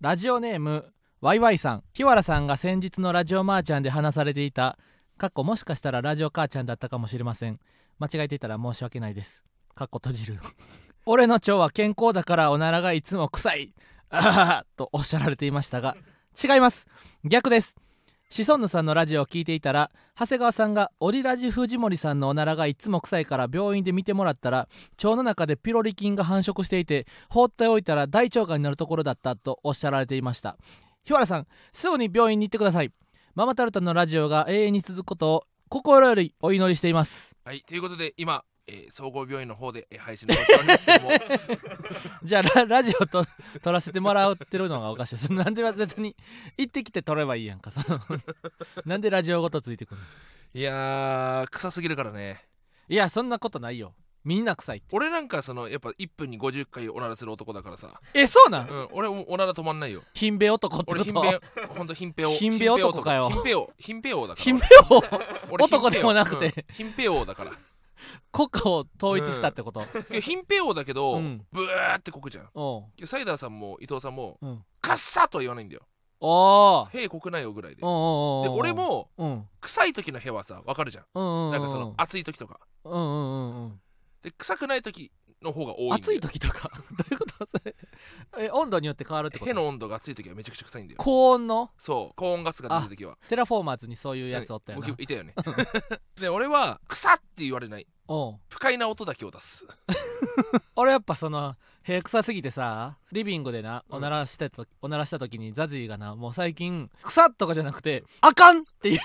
ラジオネームワイワイさん日原さんが先日のラジオマーちゃんで話されていたかっこもしかしたらラジオ母ちゃんだったかもしれません間違えていたら申し訳ないですかっこ閉じる 俺の腸は健康だからおならがいつも臭いあははとおっしゃられていましたが違います逆ですシソンヌさんのラジオを聞いていたら長谷川さんがオリラジ藤森さんのおならがいつも臭いから病院で見てもらったら腸の中でピロリ菌が繁殖していて放っておいたら大腸がんになるところだったとおっしゃられていました日原さんすぐに病院に行ってくださいママタルトのラジオが永遠に続くことを心よりお祈りしていますはい、ということで今、えー総合病院の方で、えー配信の方しておりますけ どもじゃあララジオと 撮らせてもらってるのがおかしいそのなんで別に行ってきて撮ればいいやんかそのなんでラジオごとついてくるのいやー臭すぎるからねいやそんなことないよみんな臭いって俺なんかそのやっぱ1分に50回おならする男だからさ、えそうなうんん、俺おなら止まんないよ貧兵男って俺こ貧と乏ほんと貧乏貧乏男かよ貧乏貧乏だから貧兵を 俺男でもなくてうん貧乏だから国家を統一したってこと、いや貧乏だけど、うんブーってこくじゃんおうサイダーさんも伊藤さんもうんカッサとは言わないんだよおー「へい国内よ」ぐらいででおうおうおうおう俺もうんうん臭い時の「へ」はさわかるじゃんうんうんなんかその暑い時とかうんうんうんうんで臭くない時の方が多いんだよ暑い時とか どういうことそれえ温度によって変わるってこへとの温度が暑い時はめちゃくちゃ臭いんだよ高温のそう高温ガスが出た時はテラフォーマーズにそういうやつおったようなんい たよねで俺は臭って言われないおう不快な音だけを出す俺やっぱその部屋臭すぎてさリビングでなうんおならしてと、おならした時にザジーがなもう最近臭っとかじゃなくてあかんっていう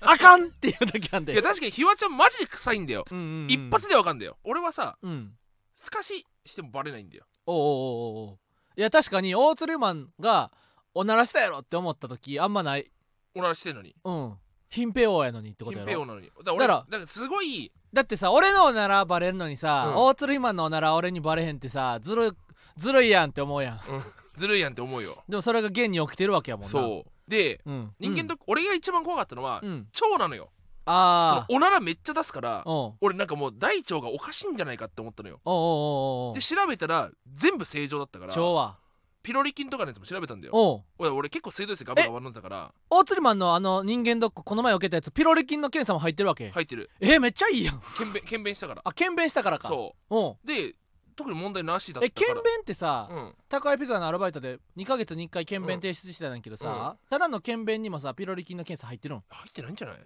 あかんっていう時なんいでや確かにひわちゃんマジで臭いんだようんうんうん一発でわかんだよ俺はさうんすかししてもバレないんだよおうおうおうおういや確かに大鶴マンがおならしたやろって思った時あんまないおならしてんのにうん貧平王やのにってこと貧や乏ろなのにだから俺だからだからすごいだってさ俺のおならバレるのにさ、うん大鶴マンのおなら俺にバレへんってさずるずるいやんって思うやんずるいやんって思うよでもそれが現に起きてるわけやもんなそうでう、ん、人間と俺が一番怖かったのはうん、うん、腸なのよそのああおならめっちゃ出すからおう俺なんかもう大腸がおかしいんじゃないかって思ったのよおうおうおうおうで調べたら全部正常だったから腸はピロリ菌とかのやつも調べたんだよおう俺俺結構水道水ガバガバ飲んだから大鶴マンのあの人間ドックこの前受けたやつピロリ菌の検査も入ってるわけ、入ってるえーめっちゃいいやん検便検便したからあ検便したからかそおううで特に問題なしだっえたか検ら便ってさ、うん宅配ピザのアルバイトで2ヶ月に1回検便提出してたんだけどさ、ただの検便にもさピロリ菌の検査入ってるん入ってないんじゃない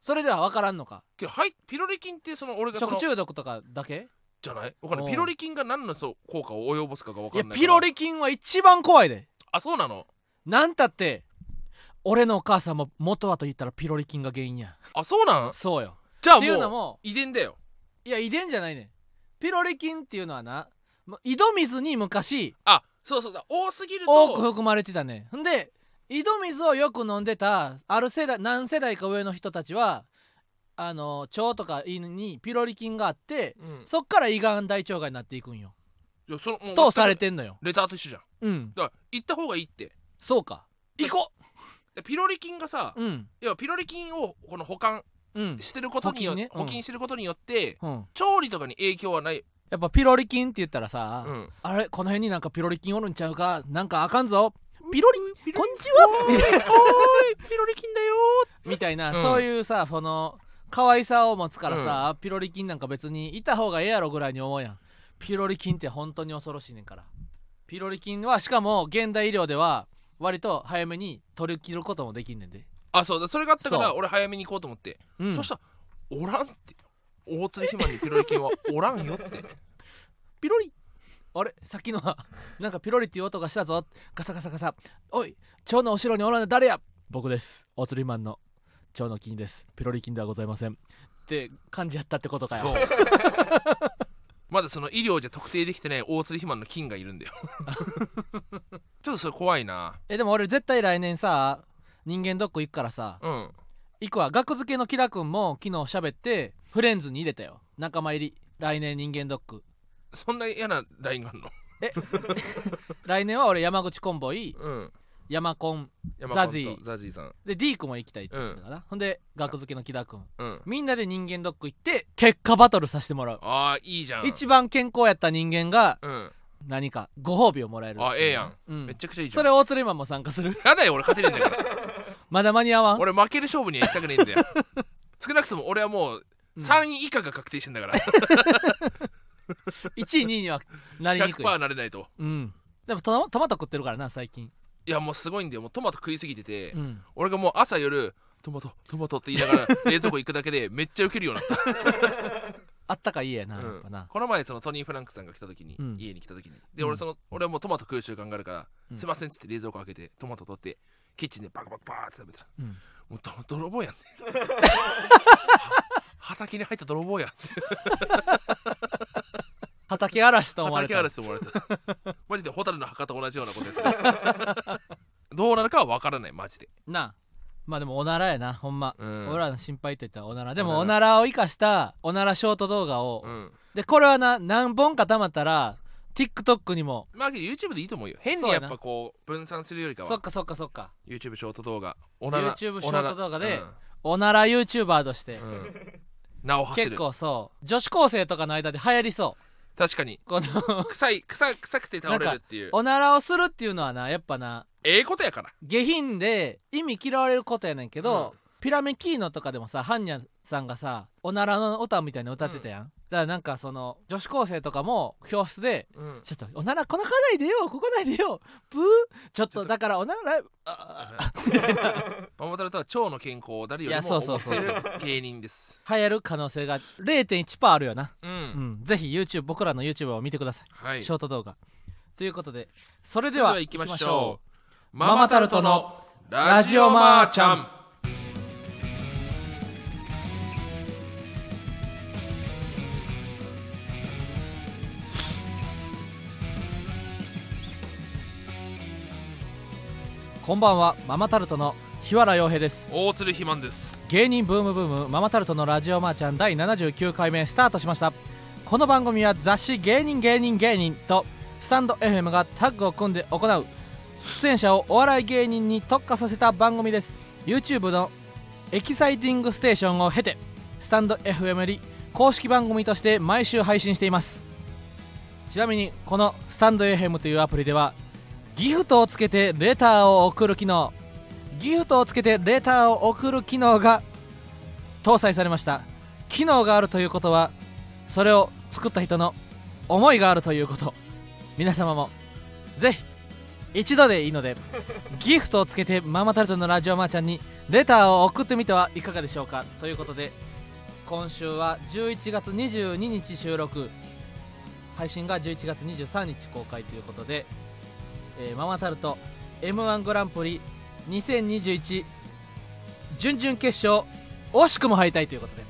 それでは分からんのかけどはいピロリ菌ってその俺がその食中毒とかだけじゃないわかんなうんいピロリ菌が何のそう効果を及ぼすかがわいかやんないからピロリ菌は一番怖いであそうなのなんたって俺のお母さんも元はと言ったらピロリ菌が原因や あそうなんそうよじゃあっていうのもうも遺伝だよいや遺伝じゃないねんピロリ菌っていうのはなもう井戸水に昔あそうそうだ多すぎる多くと含まれてたねんんで井戸水をよく飲んでたある世代何世代か上の人たちはあの腸とか胃にピロリ菌があってうんそっから胃がん大腸がんになっていくんよいやそのもうとされてんのよレターと一緒じゃんうんだから行った方がいいってそうか行こうピロリ菌がさ、うんいやピロリ菌をこの保管うんしてることによ補菌って、ねうん補菌してることによってうん、調理とかに影響はない、やっぱピロリ菌って言ったらさ、うん、あれこの辺になんかピロリ菌おるんちゃうかなんかあかんぞピロリピこロんリにちはおーいおーいピロリ菌だよ みたいな、うんそういうさその可愛さを持つからさ、ピロリ菌なんか別にいた方がええやろぐらいに思うやんピロリ菌って本当に恐ろしいねんからピロリ菌はしかも現代医療では割と早めに取り切ることもできんねんで、あそうだそれがあったかそらう俺早めに行こうと思って、うん、そしたら「おらん」って大鶴ひまにピロリ菌はおらんよってピロリあれさっきのは なんかピロリっていう音がしたぞガサガサガサおい蝶のお城におらんの誰や僕ですお釣りマンの蝶の菌ですピロリ菌ではございませんって感じやったってことかよそう まだその医療じゃ特定できてない大鶴ひまの菌がいるん だよちょっとそれ怖いなえでも俺絶対来年さ人間ドック行くからさうん行くわ学付けのキラ君も昨日喋ってフレンズに入れたよ仲間入り来年人間ドックそんな嫌なラインがあるの来年は俺山口コンボイうん山コン山ザジーコンとザジーさんで D 君も行きたいって言ってたから、ほんで学付けのキラ君うんみんなで人間ドック行って結果バトルさせてもらうああいいじゃん一番健康やった人間がうん何かご褒美をもらえるあええやん、うん、めちゃくちゃいいじゃそんれ大鶴マンも参加するやだよ俺勝てねえんだ からまだ間に合わん俺負ける勝負には行きたくねえんだよ少なくとも俺はもううん3位以下が確定してん だから1位2位にはなりにくい100%なれないとうんでもトマトマト食ってるからな最近いやもうすごいんだよもうトマト食いすぎてて、うん俺がもう朝夜トマトトマトって言いなが ら冷蔵庫行くだけでめっちゃウケるようになっあったかい家やな、 た、やう、っぱなんこの前そのトニー・フランクさんが来た時に、うん家に来た時にでうん俺その、俺はもうトマト食う習慣があるから、うんすいませんっつって冷蔵庫開けてトマト取ってキッチンでバカバカバーって食べたらうんもうど泥棒やんね 畑に入った泥棒やん畑嵐と思われ畑た荒らしと思われたマジでホタルの墓と同じようなことやってるどうなるかは分からないマジでなあまあでもおならやなほんま、うん俺らの心配って言ったらおならでもおおなならを生かしたおならショート動画を、うんでこれはな何本かたまったら TikTok にもまあ YouTube でいいと思うよ変そにうややっなぱこう分散するよりかそっはかそっかそっか YouTube ショート動画おなら YouTube おなショーらト動画でおなら YouTuber として、うんうん名を馳せ結る構そう女子高生とかの間で流行りそ確かにうこの臭い臭い臭くて倒れるっていうおならをするっていうのはなやっぱなええことやから下品で意味嫌われることやねんけど、うピラメキーノとかでもさハンニャさんがさおならの歌みたいなの歌ってたやん、だからなんかその女子高生とかも教室でうんちょっとおならこなかないでよここないでよプーちょっとだからおならあ桃太郎とは腸の健康を誰よりいやそもうそうそうそう思ってる芸人です流行る可能性が0.1%あるよな、ううんん、ぜひ YouTube 僕らの YouTube を見てください、はいショート動画ということでそれでではは行きま行しょうママママタタルルトトののララジジオオママーーちちゃゃんんこんばんはママタルトの日原洋平です大鶴ひまんです芸人ブームブームママタルトのラジオマーちゃん第79回目スタートしましたこの番組は雑誌「芸人芸人芸人」とスタンド FM がタッグを組んで行う出演者をお笑い芸人に特化させた番組です YouTube の「エキサイティングステーション」を経てスタンド FM より公式番組として毎週配信していますちなみにこのスタンド FM というアプリではギフトをつけてレターを送る機能ギフトをつけてレターを送る機能が搭載されました機能があるということはそれを作った人の思いがあるということ皆様もぜひ一度でいいのでギフトをつけてママタルトのラジオマーちゃんにレターを送ってみてはいかがでしょうかということで今週は11月22日収録配信が11月23日公開ということで、えーママタルト m 1グランプリ2021準々決勝惜しくも敗退ということで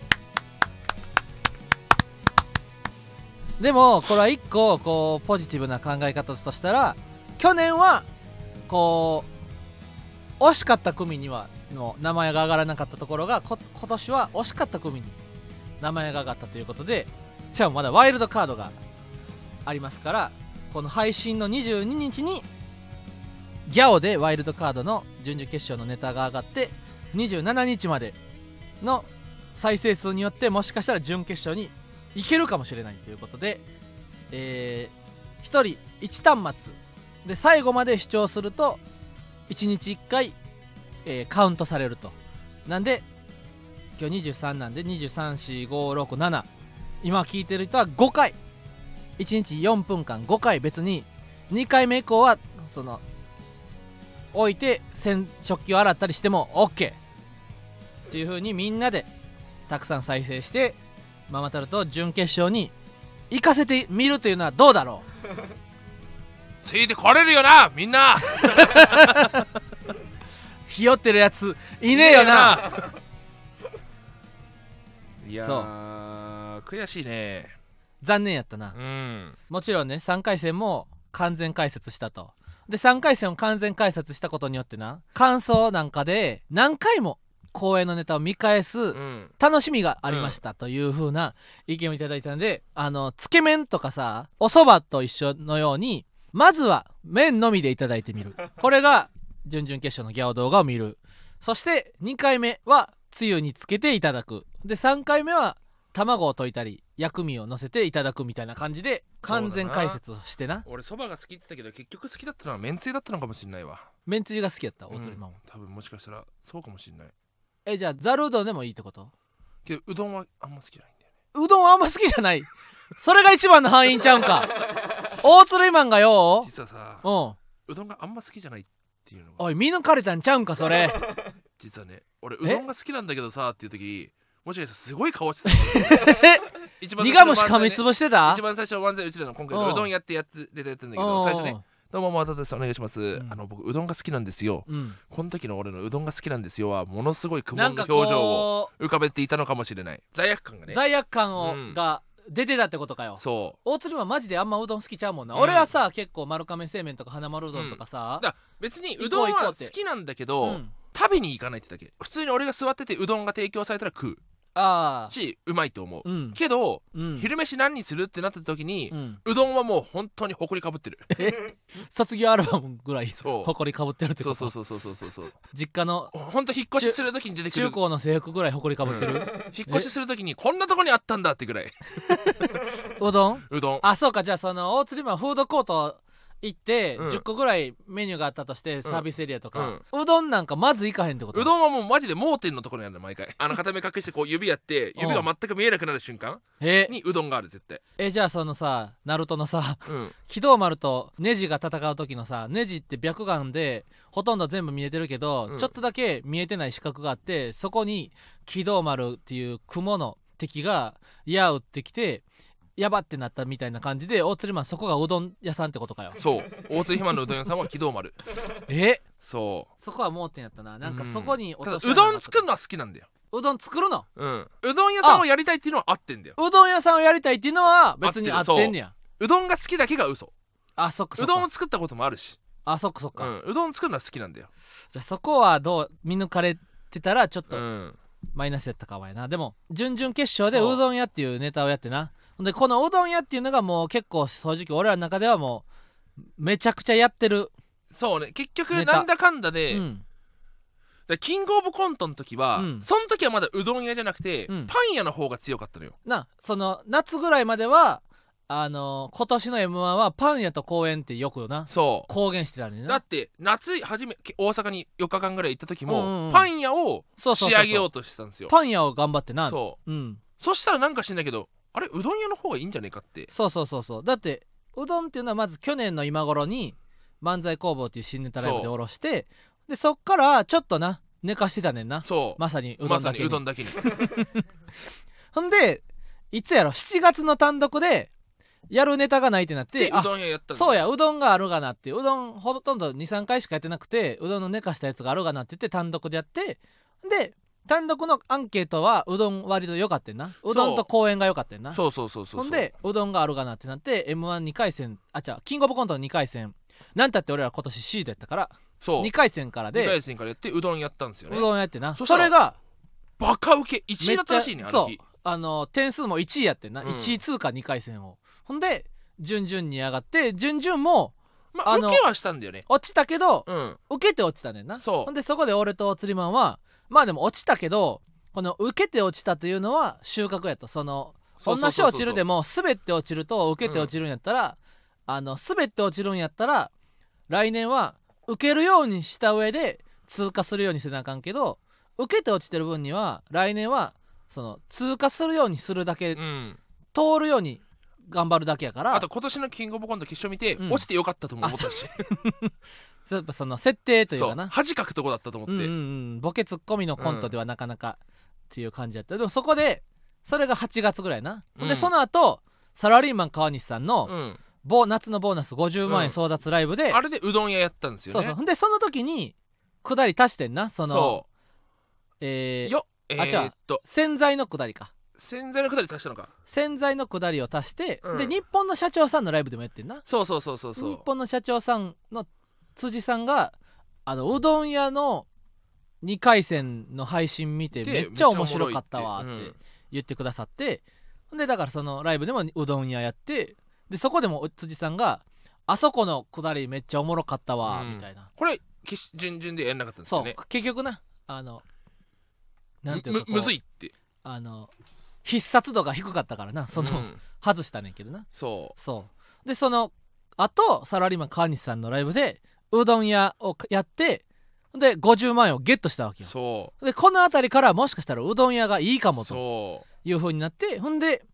でもこれは一個こうポジティブな考え方としたら去年はこう惜しかった組にはの名前が上がらなかったところがこ今年は惜しかった組に名前が上がったということでしかもまだワイルドカードがありますからこの配信の22日にギャオでワイルドカードの準々決勝のネタが上がって27日までの再生数によってもしかしたら準決勝に行けるかもしれないということで、え1人1端末で最後まで視聴すると1日1回、えーカウントされるとなんで今日23なんで234567今聞いてる人は5回1日4分間5回別に2回目以降はその置いて洗食器を洗ったりしても OK っていう風にみんなでたくさん再生してママタルトを準決勝に行かせてみるというのはどうだろうついてこれるよなみんなひよってるやついねえよな。いやそうー悔しいね。残念やったなうん。もちろんね3回戦も完全解説したとで3回戦を完全解説したことによってな感想なんかで何回も公演のネタを見返すうん。楽しみがありましたという風な意見をいただいたんで、あのつけ麺とかさお蕎麦と一緒のようにまずは麺のみでいただいてみるこれが準々決勝のギャオ動画を見るそして2回目はつゆにつけていただくで3回目は卵を溶いたり薬味を乗せていただくみたいな感じで完全解説をしてな俺そばが好きって言ったけど結局好きだったのはめんつゆだったのかもしれないわめんつゆが好きやった大鶴マンは、多分もしかしたらそうかもしれないえじゃあざるうどんでもいいってことけどうどんはあんま好きじゃないんだよねうどんはあんま好きじゃないそれが一番の範囲ちゃうんか大鶴マンがよ実はさうんうどんがあんま好きじゃないっていうのがおい見抜かれたんちゃうんかそ れ実はね俺えうどんが好きなんだけどさっていう時もしかしたらすごい 顔してたのかもしれない一番最苦初の虫噛みつぶしてた一番最初の漫才うちらの今回うのんうどんやってやつレターやってんだけうどん最初ね「どうもまたですお願いします、んあの僕うどんが好きなんですようんこの時の俺のうどんが好きなんですよ」はものすごい苦なん悶のか表情をこ浮かべていたのかもしれない罪悪感がうね罪悪感うをんが出てたってことかよそう大鶴マンマジであんまうどん好きちゃうもんな、うん俺はさ結構丸亀製麺とか花丸うどんとかさ、だ別にうど行こうん行こうはって好きなんだけうんど食べに行かないってだけ普通に俺が座っててうどんが提供されたら食ああうしうまいと思ううんけどうん昼飯何にするってなった時にうんうどんはもう本当にほこりか ぶってる卒業アルバムぐらいそう埃かぶってるってそことうそうそうそうそうそうそう実家の本当引っ越しする時に出てく中る高の制服ぐらい埃かぶって る、引っ越しする時にこんなとこにあったんだってぐらいうどんうどんあそうかじゃあその大鶴マンフードコート行って、うん10個ぐらいメニューがあったとしてサービスエリアとか、うどんなんかまず行かへんってことうどんはもうマジで盲点のところにあるの毎回あの片目隠してこう指やって指が全く見えなくなる瞬間えにうどんがある絶対えじゃあそのさナルトのさ うん機動丸とネジが戦う時のさネジって白眼でほとんど全部見えてるけど、うんちょっとだけ見えてない視覚があってそこに機動丸っていう雲の敵が矢を打ってきてやばってなったみたいな感じで大鶴マンそこがうどん屋さんってことかよそう大津肥満のうどん屋さんは軌道丸えそうそこは盲点やったななんかそこにただ落とし穴うどがんあった作るのは好きなんだよ、うどん作るのうん、うどん屋さんをやりたいっていうのは合ってんだようどん屋さんをやりたいっていうのは別に合合っってるてんねやうどんが好きだけが嘘あそっかそうっかどんを作ったこともあるしあそっかそっうか、ん、うどん作るのは好きなんだよ、じゃあそこはどう見抜かれてたらちょっとうん、マイナスやったかもやなでも準々決勝でそううどん屋っていうネタをやってなほんでこのうどん屋っていうのがもう結構正直俺らの中ではもうめちゃくちゃやってる、そうね結局ネタなんだかんだで、うん、だキングオブコントの時は、うんその時はまだうどん屋じゃなくて、うんパン屋の方が強かったのよなその夏ぐらいまではあのー今年の m 1はパン屋と公園ってよくなそ公言してたのにうだなって夏初め大阪に4日間ぐらい行った時も、うんうんうんパン屋をそうそうそう仕そう上げようとしてたんですよパン屋を頑張ってな、そうん、うそしたらなんか知んないけどあれうどん屋の方がいいんじゃねえかってそうそうそうそうだってうどんっていうのはまず去年の今頃に漫才工房っていう新ネタライブでそうおろしてでそっからちょっとな寝かしてたねんなそうまさにうどまんださにけにうどんだけにほんでいつやろ7月の単独でやるネタがないってなってでうどん屋やったあのそうやうどんがあるがなっていううどんほとんど23回しかやってなくてうどんの寝かしたやつがあるがなって言って単独でやってで単独のアンケートはうどん割と良かったんなうどんと公演が良かったんなそうそうそうそうそうほんでうどんがあるがなってなって m 1 2回戦あ違うキングオブコントの2回戦なんたって俺ら今年シードやったからそう2回戦から二で回戦からやってうどんやったんですようねどんやってなそそしたられがバカウケ1めっ位ちだゃったらしいねあそのう日あの点数も1位やってんな、うん1位通過2回戦をほんで順々に上がって順々もまああのウケはしたんだよね落ちたけどうん受けて落ちたねんなそうほんでそこで俺と釣りマンはまあでも落ちたけどこの受けて落ちたというのは収穫やとそのそうそ同うじそうそう落ちるでも滑って落ちると受けて落ちるんやったら、あの滑って落ちるんやったら来年は受けるようにした上で通過するようにせなあかんけど受けて落ちてる分には来年はその通過するようにするだけ、うん通るように頑張るだけやからあと今年のキングオブコント決勝見てうん落ちてよかったとも思ったしやっぱその設定というそかうな恥かくとこだったと思うんうんうってん、ボケツッコミのコントではなかなかっていう感じだった、でもそこでそれが8月ぐらいな、ほんうでんその後サラリーマン川西さんうのんボー夏のボーナス50万円うん争奪ライブで、あれでうどん屋やったんですそうよそうねほんでその時にくだり足してんなそのそえうー、よえあじゃあーっと洗剤のくだりか洗剤のくだり足したのか洗剤のくだりを足して、うんで日本の社長さんのライブでもやってんなそうそうそうそうそう日本の社長さんの辻さんがあのうどん屋の2回戦の配信見てでめっちゃ面白かったわっめっちゃおもろいってて言ってくださってほんでだからそのライブでもうどん屋やってでそこでも辻さんが「あそこのくだりめっちゃおもろかったわ」うんみたいなこれ決順々でやんなかったんですそようね結局なあのなんていうむかこうむずいってあの必殺度が低かったからなその、うん外したねんけどなそそうでそのあとサラリーマン川西さんのライブでうどん屋をやってで50万円をゲットしたわけうよそでこの辺りからもしかしたらうどん屋がいいかもうとそいう風になってほんで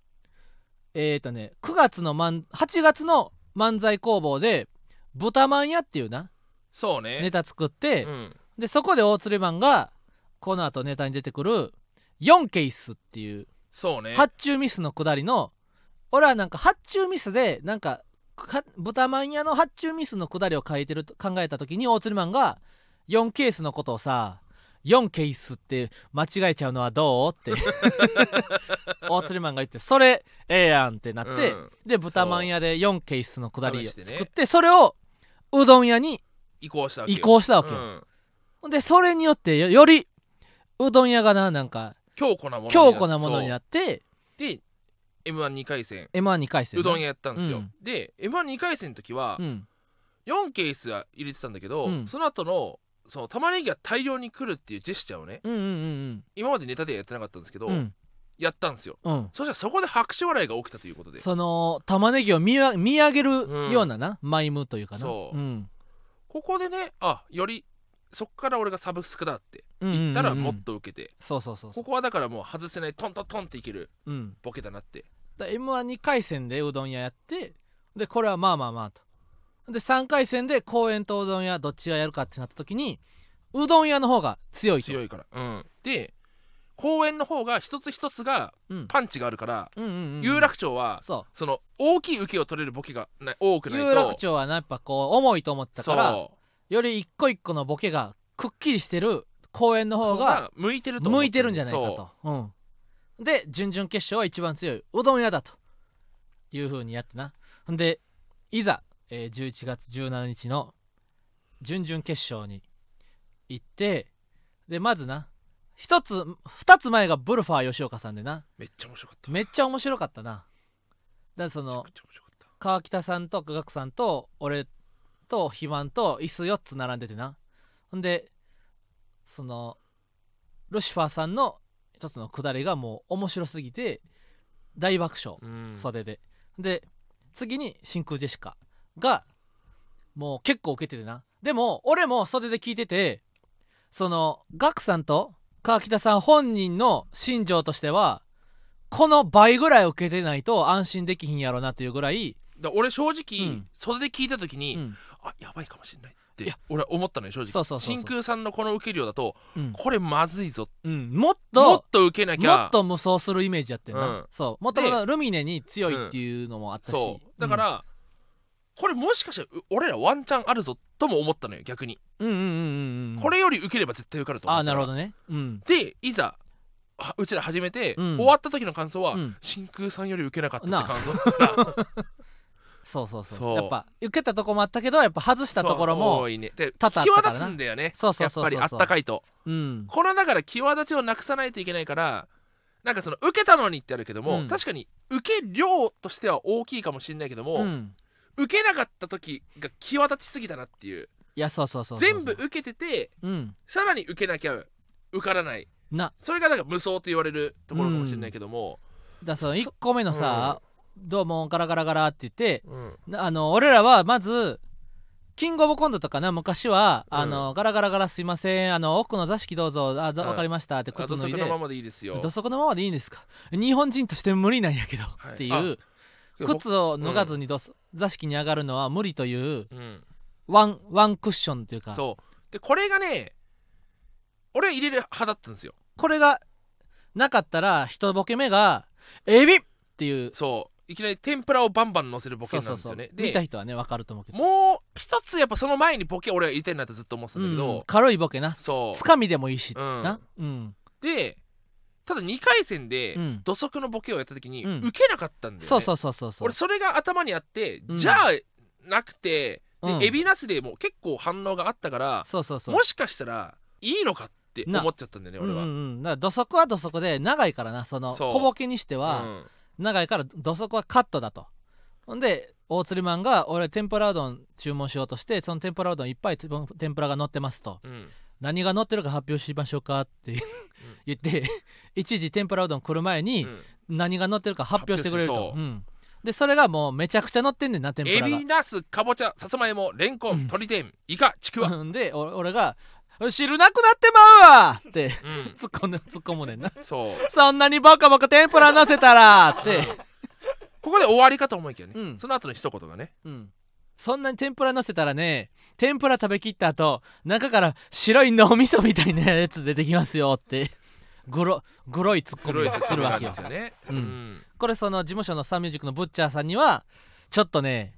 えっ、ー、とね9月の漫8月の漫才工房で「豚まんや」っていうなうそうねネタ作って、うんでそこで大鶴マンがこの後ネタに出てくる「4ケース」っていうそうね発注ミスのくだりの俺はなんか発注ミスでなんかか豚まん屋の発注ミスのくだりを書いてると考えた時に大鶴マンが「4ケースのことをさ4ケースって間違えちゃうのはどう?」って 大鶴マンが言って「それええやん」ってなって、うんで豚まん屋で4ケースのくだりを試して作ねってそれをうどん屋に移行したわけよ移行したわけよ。うんでそれによってよよりうどん屋がななんか強固なものに強固なものになっっててで m 1 2回戦 m 1 2回戦うどん屋屋やったんですよ、うんで m 1 2回戦の時はうん4ケースは入れてたんだけど、うんその後のその玉ねぎが大量に来るっていうジェスチャーをねうんうんうん今までネタでやってなかったんですけど、うんうんやったんですようんそしたらそこで拍手笑いが起きたということでその玉ねぎを見わ見上げるうんようなな、マイムというかなそううんここでねあよりそこから俺がサブスクだってうんうんうんうん言ったらもっと受けて、そうそうそうそこうこはだからもう外せないトントントンっていけるうんボケだなってだ m 1 2回戦でうどん屋やってでこれはまあまあまあとで3回戦で公園とうどん屋どっちがやるかってなった時にうどん屋の方が強いと強いから、うんで公園の方が一つ一つがうんパンチがあるから、うんうんうんうん有楽町はそうその大きい受けを取れるボケがない多くないと有楽町はなやっぱこう重いと思ったからそより一個一個のボケがくっきりしてる公演のう方が向いてると思っ向いてるんじゃないかと、うん、で準々決勝は一番強いうどん屋だという風にやってなほんでいざ、えー11月17日の準々決勝に行ってでまずな一つ二つ前がブルファー吉岡さんでなめっちゃ面白かっためめっちゃ面白かったなだからそちゃのくちゃ面白かった川北さんと久我さんと俺と肥満と椅子4つ並んでてなほんでそのルシファーさんの一つのくだりがもう面白すぎて大爆笑うん袖で、で次に真空ジェシカがもう結構受けててなでも俺も袖で聞いててそのガクさんと川北さん本人の心情としてはこの倍ぐらい受けてないと安心できひんやろなというぐらい、だ俺正直、うん袖で聞いた時に、うんあやばいかもしれないっていや俺は思ったのよ正直そうそうそうそう真空さんのこの受け量だとうんこれまずいぞうんもっもっとと受けなきもゃっと無双するイメージやってんな、うんそうもともとルミネに強いっていうのもあったし、そうだから、これもしかしたらう俺らワンチャンあるぞとも思ったのよ逆に、うん、うんうんうんうんこれより受ければ絶対受かると思あったあなるほどどねうんでいざあうちら始めて、うん終わった時の感想は、うん真空さんより受けなかったなっあて感想だから そうそうそうそうやっぱ受けたとこもあったけどやっぱ外したところそうも多いねで多々あったからな際立つんだよねそうそうそうそうやっぱりあったかいとうんこれはだから際立ちをなくさないといけないからなんかその受けたのにってあるけども、うん確かに受け量としては大きいかもしれないけども、うん受けなかった時が際立ちすぎたなっていういやそうそうそうそうそう全部受けててうんさらに受けなきゃ受からないなそれがなんか無双と言われるところかもしれないけども、だその1個目のさ「どうもガラガラガラ」って言ってうんなあの俺らはまずキングオブコントとかな昔は「うんあのガラガラガラすいませんあの奥の座敷どうぞあざうんわかりました」ってあ靴土脱い足でのままでいいですよ土足のままでいいんですか日本人として無理なんやけど、はいっていう靴を脱がずにどす座敷に上がるのは無理といううん、ワンワンクッションというかそうでこれがね俺は入れる派だったんですよこれがなかったら一ボケ目が「エビ!」っていうそういきなり天ぷらをバンバン乗せるボそうケなんそでうそすようね見たで人はね分かると思うけどもう一つやっぱその前にボケ俺は入れたいなってずっと思ってたんだけうど、ん軽いボケなそつうかみでもいいし、うんなうんでただ2回戦でうん土足のボケをやった時にうん受けなかったんだよ、ねそうそうそうそうそう俺それが頭にあって、うんじゃあなくてで、うんエビなしでもう結構反応があったからそうそうそうもしかしたらいいのかって思っちゃったんだよねうん俺は、ううんんうん、だから土足は土足で長いからなそのそう小ボケにしては、長いから土足はカットだとほんで大釣りマンが俺天ぷらうどん注文しようとしてその天ぷらうどんいっぱい天ぷらが乗ってますとうん何が載ってるか発表しましょうかって言って一時天ぷらうどん来る前にうん何が載ってるか発表してくれる発とう表し、そうんでそれがもうめちゃくちゃ載ってんねんな天ぷエらがビナスかぼちゃさつまいもレンコうんン鶏天イカちくわ、うん でお俺が「汁なくなってまうわ!」ってうん、突っ込んで突っ込むねんなそうそんなにバカバカ天ぷらなせたらって、ここで終わりかと思いきやね、うんその後の一言がねうん、そんなに天ぷらなせたらね天ぷら食べきった後中から白い脳みそみたいなやつ出てきますよってグログロいツッコ黒ミいをす進るみわなんけでよすよね、ううんんこれその事務所のサンミュージックのブッチャーさんにはちょっとね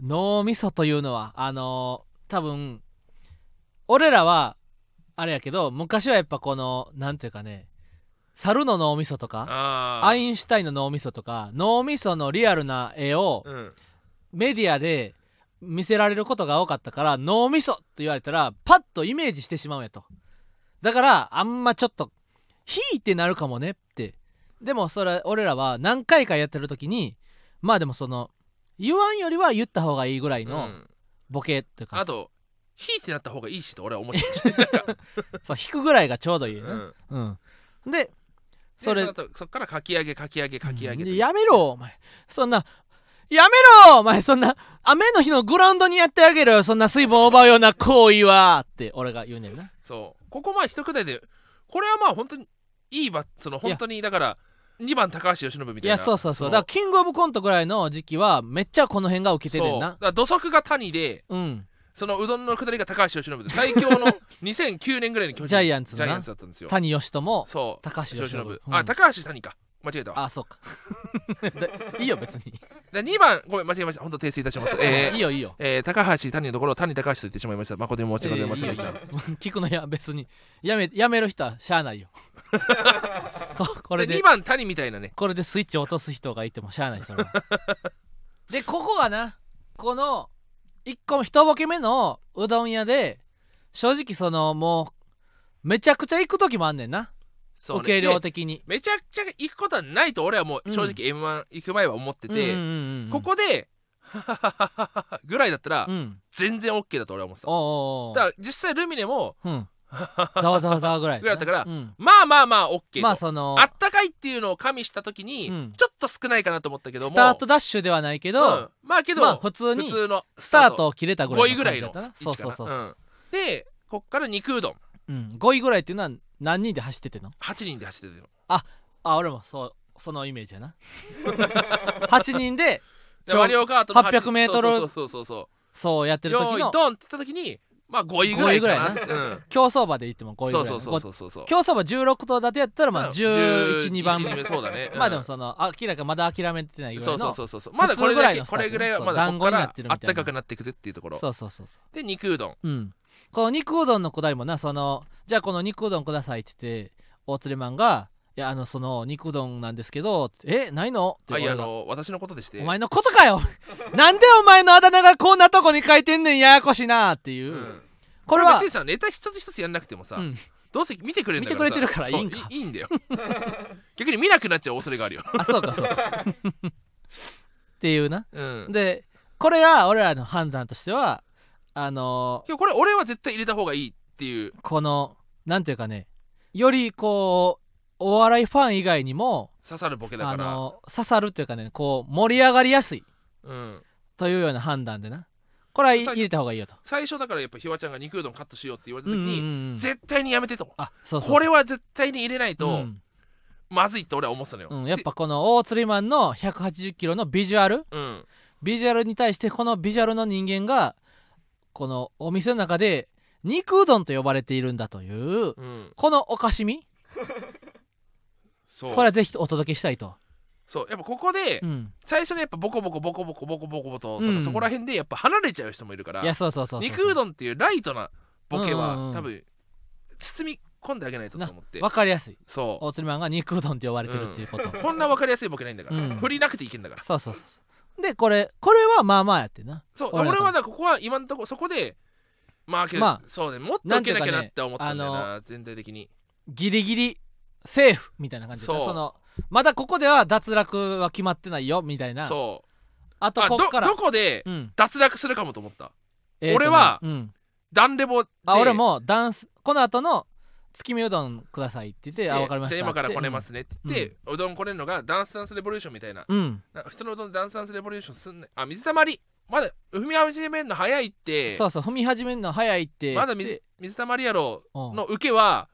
脳みそというのはあのー多分俺らはあれやけど昔はやっぱこのなんていうかね猿の脳みそとかああアインシュタインの脳みそとか脳みそのリアルな絵をうん、メディアで見せられることが多かったから脳みそって言われたらパッとイメージしてしまうんやとだからあんまちょっと「ひ」ってなるかもねってでもそれ俺らは何回かやってる時にまあでもその言わんよりは言った方がいいぐらいのうんボケっていうか、あと「ひ」ってなった方がいいしと俺は思ってたなんかそう引くぐらいがちょう どいいようね、んうんでそそれれそっからかき上げかき上げかき上げうんとやめろお前そんなやめろお前そんな雨の日のグラウンドにやってあげろよそんな水分を奪うような行為はって俺が言うねんなそうここまあ一くだりでこれはまあ本当にいいばその本当にだから2番高橋由伸みたいないいやそうそうそうのだからキングオブコントぐらいの時期はめっちゃこの辺が受けてそてうんだかなら土足が谷でうんそのうどんの下りが高橋由伸 で最強の2009年ぐらいの巨人ジャイアンツジのャイアンなツだったんですよ谷義もそう高橋由由伸伸うんあ高橋谷か間違えたわあそうか でいいよ別にで2番ごめん間違えました本当訂正いたし ますえいいーよいいよえー高橋谷のところを谷高橋と言ってしまいました誠に申し訳ございませんでした、いやいやいや 聞くのや別にやめやめる人はしゃあない よここれでで2番谷みたいなねこれでスイッチ落とす人がいてもしゃあないそれはでここがなこの1個1ボケ目のうどん屋で正直そのもうめちゃくちゃ行く時もあんねんな、そうねお計量で的にめちゃくちゃ行くことはないと俺はもう正直 m 1行く前は思ってて、うんうんうんうんここで 「ははははははぐらいだったらうん全然 OK だと俺は思ってた、おうおうおうだから実際ルミネもうんざわざわざわぐらいぐらいだったからうんまあまあまあ OK と、まあそのあったかいっていうのを加味した時に、うんちょっと少ないかなと思ったけどもスタートダッシュではないけど、うんまあけど、まあ普通普に通のスタートを切れたぐら5い位ぐらいの感じだったな位そう置かそうなそう、うんでこっから肉うどんうん、5位ぐらいっていうのは何人で走っててんの8人で走っててるあ俺もそうそのイメージやな 8人でちょマリオカートの8 800メートルそうそうそうそうそうやってそうる時用意ドのンって言った時にまあ5位ぐらいかな5うん競走馬で言っても5位ぐそらいうのそうそうごそうそうそう競走馬16頭立てやったらまあ112番11 12そ うだね、うんまあでもその明らかまだ諦めてないぐらそいうそのうそうそうそうそうまだこれだけ普通こぐらいのスタートねれぐらいはそうまだこ団こか子にならってるあみったいなたかくなっていくぜっていうところそうそうそうで肉うどんうんこの肉うどんのくだりもなそのじゃあこの肉うどんくださいって言って大釣りマンが「いやあのその肉うどんなんですけど」ってえないの?」ってあい俺やあがの私のことでしてお前のことかよ なんでお前のあだ名がこんなとこに書いてんねんややこしいなっていう、うんこれこれは別にさネタ一つ一つやんなくてもさ、うんどうせ見てくれるんだ見てくれてるからそういいんかいいんだよ 逆に見なくなっちゃう恐れがあ るよ、あそうかそうかっていうなうん、でこれが俺らの判断としてはあのいやこれ俺は絶対入れた方がいいっていうーこのなんていうかねよりこうお笑いファン以外にも刺さるボケだかあら、のー刺さるっていうかねこう盛り上がりやすいうん、というような判断でなこれはい最初入れた方がいいよと。最初だからやっぱひわちゃんが肉うどんカットしようって言われた時に、うん絶対にやめてとあそうそうこれは絶対に入れないと、うんまずいって俺は思ってたのよ、うん、やっぱこの大釣りマンの180キロのビジュアルでうんビジュアルに対してこのビジュアルの人間がこのお店の中で肉うどんと呼ばれているんだといううんこのおかしみそうこれはぜひお届けしたいと、そうやっぱここで、うん、最初のやっぱボコボコボコボコボコボコボコと、うんそこら辺でやっぱ離れちゃう人もいるからいやそうそうそうそう肉うどんっていうライトなボケは、うんうんうん多分包み込んであげないとと思って分かりやすいそ大釣りマンが肉うどんって呼ばれてるっていうこと、うこんな分かりやすいボケないんだから、うん振りなくていけんだからそうそうそうそうでこれこれはまあまあやってなそう俺俺ははだここは今のところそこでまあけど、まそうねもっと受けなきゃなって思ったんだよなんてないう全体的にギリギリセーフみたいな感じでなそうそのまだここでは脱落は決まってないよみたいなそうあとあこどっからどこでうん脱落するかもと思ったえーとね俺はうん、ダンレボであ俺もダンスこの後の月見うどんくださいって言って「あ分かりました」じゃあ今からこねますすねって言って、うどんこねるのがダンスダンスレボリューションみたいなうん、うんな人のうどんダンスダンスレボリューションすんねあ水たまりまだ踏み始めるの早いってそうそう踏み始めるの早いってまだ水水たまりやろうんの受けは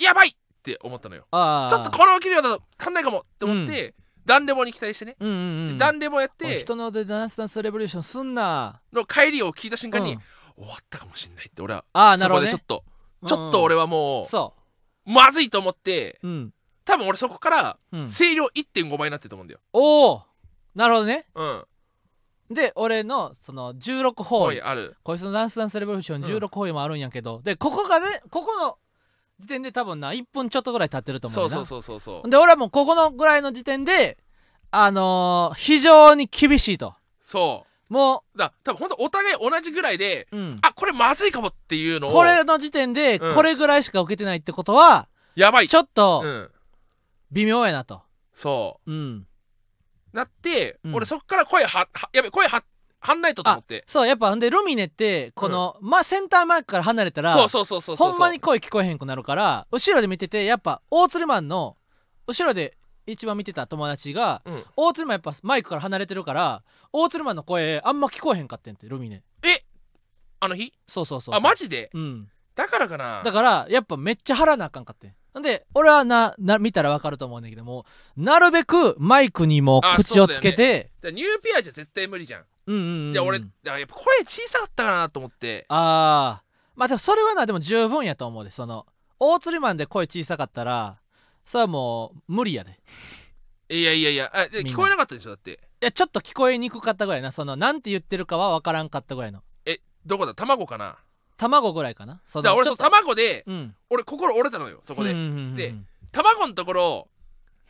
やばいって思ったのよあーちょっとこの受け量だと足んないかもって思って、ダンレボに期待してね、うんうんうんダンレボやっおいて人の腕ダンスダンスレボリューションすんなの帰りを聞いた瞬間に、うん終わったかもしんないって俺はああなそるほこど、でね、ちょっと、ちょっと俺ははもうそまずいと思ってううん多分俺そこからうん声量1.5倍になってると思うんだよ。おおなるほどねうん。で俺のその16お方い位ある。こいつのダンスダンスレボリューションうん16方位もあるんやけど、でここがねここの時点で多分な1分ちょっとぐらい経ってると思そううなそうそうそうそう。で俺はもうここのぐらいの時点であのー非常に厳しいとそもう。だ多分本当お互い同じぐらいで、う、うん、あこれまずいかもっていうのをこれの時点でうんこれぐらいしか受けてないってことは、やばい。ちょっうとん。微妙やなと、そうん、う。なって、うん俺そこから声ははやべ声ははんないとと思って。そうやっぱほんでルミネってこの、まセンターマークから離れたらそうそうそうそうそう。ほんまに声聞こえへんくなるから後ろで見ててやっぱ大鶴マンの後ろで一番見てた友達がうん。大鶴マンやっぱマイクから離れてるから大鶴マンの声あんま聞こえへんかってんってルミネあの日そうそうそうそうあマジでうんだからかなだからやっぱめっちゃ腹なあかんかってんなんで俺はなな見たらわかると思うんだけどもなるべくマイクにも口をつけてだからニューピアじゃ絶対無理じゃん。うんうんうんで俺だからやっぱ声小さかったかなと思って。ああまあでもそれはなでも十分やと思うでその大釣りマンで声小さかったらそれはもう無理やでいいやいやいやあでみんな聞こえなかったでしょだって。やちょっと聞こえにくかったぐらいなそのなんて言ってるかは分からんかったぐらいのどこだ卵かな卵ぐらいかなそだから俺ちそょっのと卵でうん俺心折れたのよそこで、うんうんうんうんで卵のところ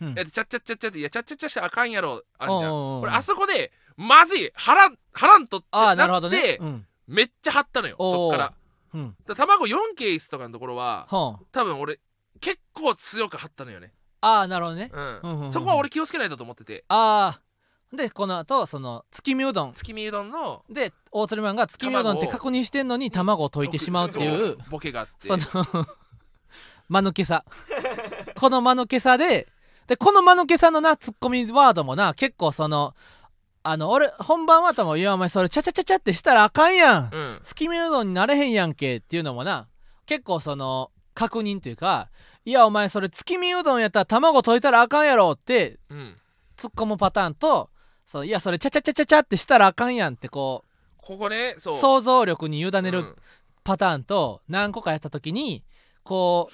うんえっとちゃっちゃっちゃっちゃっていやちゃっちゃっちゃしてあかんやろあんじゃおうおうおうん俺あそこでまずい腹ん腹んとってあなあってなるほどねうんめっちゃ張ったのよおうそおうっからだかうんら卵4ケースとかのところはほん多分俺結構強く張ったのよねああなるほどねうん,、うんうんうんそこは俺気をつけないとと思っててああでこの後その月見うどん月見うどんので大鶴マンが月見うどんって確認してんのに卵を溶いてしまうっていうそうボケがあってその 間抜けさこの間抜けさででこの間抜けさのなツッコミワードもな結構そのあの俺本番はとも言うお前それチャチャチャチャってしたらあかんやん、うん月見うどんになれへんやんけっていうのもな結構その確認というかいやお前それ月見うどんやったら卵溶いたらあかんやろってうん突っ込むパターンとそういやそれチャチャチャチャチャってしたらあかんやんってこここねそうう想像力に委ねうるんパターンと何個かやった時にこ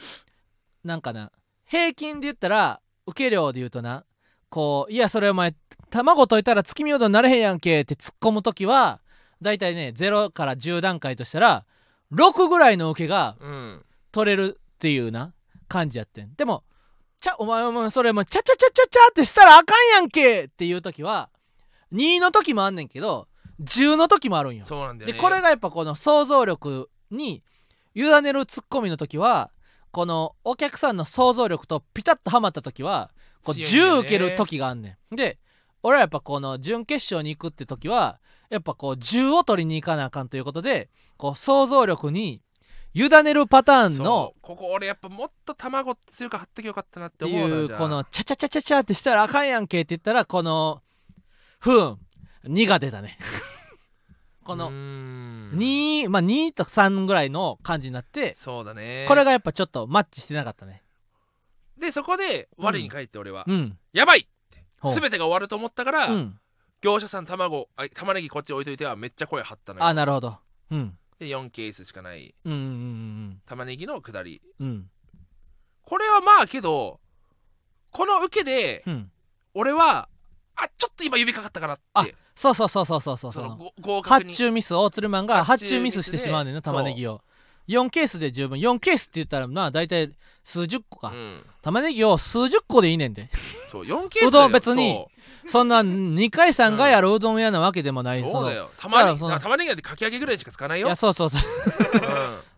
うなんかな平均で言ったら受け量で言うとなこういやそれお前卵溶いたら月見うどんになれへんやんけって突っ込む時はだいたいね0から10段階としたら6ぐらいの受けがうん取れるっていうな感じやってんでもちゃお前お前それもちゃちゃちゃちゃちゃってしたらあかんやんけっていう時は2の時もあんねんけど10の時もあるんよそうなんだよでねこれがやっぱこの想像力に委ねるツッコミの時はこのお客さんの想像力とピタッとはまった時はこう強いんだよ10ね受ける時があんねん。で俺はやっぱこの準決勝に行くって時はやっぱこう10を取りに行かなあかんということでこう想像力に委ねるパターンのそうここ俺やっぱもっと卵強く張っときゃよかったなっってて思うないうじゃあこのチャチャチャチャチャってしたらあかんやんけって言ったらこの不運2が出たね。 こうのーん2まあ2と3ぐらいの感じになってそうだねこれがやっぱちょっとマッチしてなかったね。でそこで我に返って俺は、うん。やばいほう全てが終わると思ったから、うん。業者さん卵あ玉ねぎこっち置いといてはめっちゃ声張ったのあ、よなるほど。うん。で4ケースしかないうんうん玉ねぎの下りうんうん。うん。これはまあけどこの受けでうん。俺はあちょっと今指かかったからあってそうそうそうそうそうそうそそのう。ご合格発に注ミス、大鶴マンが発発注注ミミスでスしてしまうねんな、そう玉ねぎを。4ケースで十分。4ケースって言ったらな、大体数十個うか。ん、玉ねぎを数十個でいいねんで。そう4ケースだようどん別にそうそんな2回3回やるうどん屋なわけでもない。そうだよだか玉ねらぎその玉ねぎなんてかき揚げぐらいしか使わないその。よいや、そうそうそう。う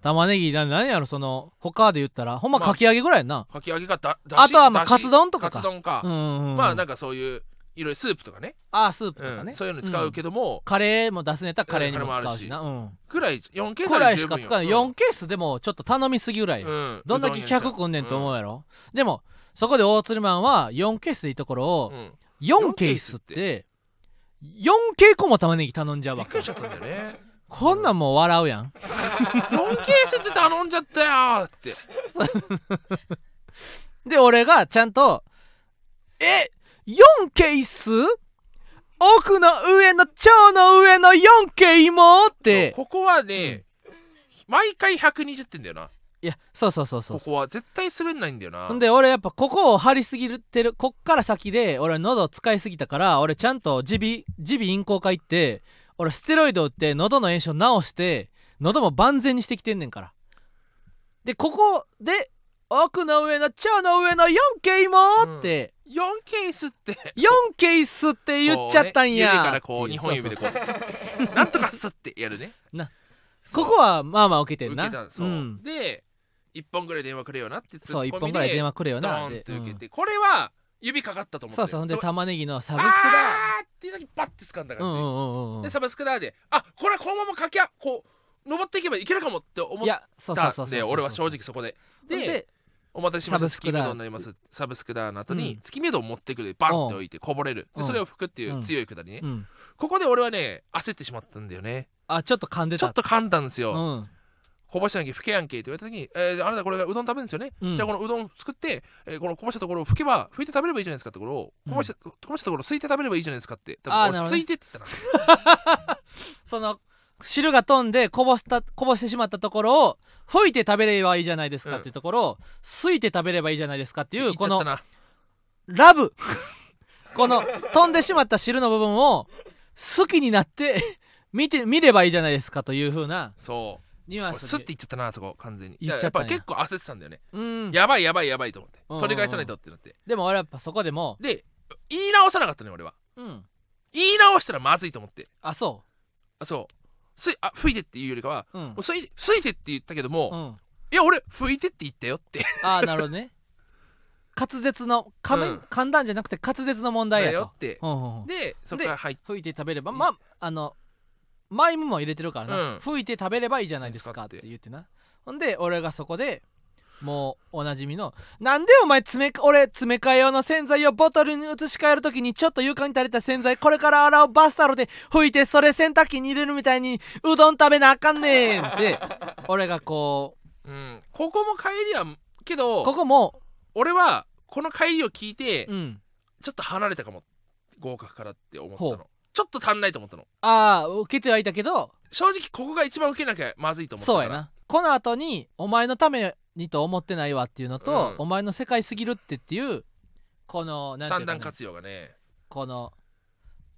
玉ねぎ、な何やろ、その、他で言ったら、ほんままあかき揚げぐらいやんな。んかき揚げがだだしあとはまあだしカツ丼とかかカツ丼か、うんうんうん。まあなんかそういういろいろスープとかねあースープとうかんね、そういうの使うけど、ども、カレーも出すネタカレーにもうんカレー使うもあるししなうんぐらいぐ 4K ぐららいいし十か分使よわない、4ケースでもちょっと頼みすぎぐらいよ、うん、どんだけ客来んねんと思うやろ、でもそこで大鶴マンは4ケースでいいところをう、ん4ケースって4稽個も玉ねぎ頼んじゃうびわっくりしちゃったんだよねこんなんもう笑うやん 4K スって頼んじゃったよーってで俺がちゃんと「え4ケース奥の上の腸の上の4ケも?」ってここはね、毎回120点だよないやそうそうそうそうここは絶対滑んないんだよなほんで俺やっぱここを張りすぎてるこっから先で俺喉使いすぎたから俺ちゃんと耳鼻耳鼻咽喉科行って俺ステロイド打って喉の炎症治して喉も万全にしてきてんねんからでここで奥の上の腸の上の 4K もって、 4ケースってこ 4K すってうね言っちゃったんや指からこうってい2本指でそうこうそうスッなんとかスってや るねそうここはまあまあ受けてん受なけたそう、ん、で1本ぐらい電話くれよなってツそうッ1コミ本ぐらいで電話くれよドなーンっでて受けうんて、これは指かかったと思ってそうそうほんでそ玉ねぎのササブスクだあーっていう時バッて掴んだう感んじ、うんうんうんうんでサブスクラーであこれはこのままかきゃこう登っていけばいけるかもって思いっやそうそうそたうんそうでそう俺は正直そこでででお待たせしましサたブスク月ラー見うどんになりますサブスクラーの後うにん月見うどんを持ってくるバンって置いてこぼれるうんでそれを拭くっていうんう強いくだりねうん、ここで俺はね焦ってしまったんだよねあちょっと噛んでちょたっと噛んだんですようん、こぼしたやんけ拭けやんけって言われた時にえーあなたこれがうどん食べるんですよねうんじゃあこのうどん作ってえーこのこぼしたところを拭けば拭いて食べればいいじゃないですかってところをうんこぼしたこぼしたところをすいて食べればいいじゃないですかって多あー分なるほど俺すねいてって言ったなその汁が飛んでこぼしたこぼしてしまったところを吹いて食べればいいじゃないですかっていうところを、すいて食べればいいじゃないですかってい言っうこちゃのったなラブ この飛んでしまった汁の部分を好きになって 見て見ればいいじゃないですかというふうなそうニュアン俺ススッてで言っちゃったなあそこ完全に言っちゃったんややっぱ結構焦ってたんだよね、うんやばいやばいやばいと思ってうんうんうん取り返さないとってなってでも俺やっぱそこでも、で言い直さなかったね俺はうん、言い直したらまずいと思ってあそあそうすいあ吹いてっていうよりかはううんもう、すいすいてって言ったけども、うん、いや俺吹いてって言ったよって ああなるほどね滑舌の噛め、うん噛んだんじゃなくて滑舌の問題やだとよってうんうんうんでそこから入っ吹いて食べればうんまああのマイムも入れてるからな、うん吹いて食べればいいじゃないですか使っってて言ってなほんで俺がそこでもうおなじみの「なんでお前詰めか俺詰め替え用の洗剤をボトルに移し替える時にちょっと床に垂れた洗剤これから洗うバスタロで拭いてそれ洗濯機に入れるみたいにうどん食べなあかんねん」って 俺がこううん、ここも帰りはけどここも俺はこの帰りを聞いて、うんちょっと離れたかも合格からって思ったほうのちょっと足んないと思ったのああ受けてはいたけど正直ここが一番受けなきゃまずいと思ったかそうらやなこの後に「お前のためにと思ってないわ」っていうのと「うんお前の世界すぎるって」っていうこのなんていう三か段ね、活用がねこの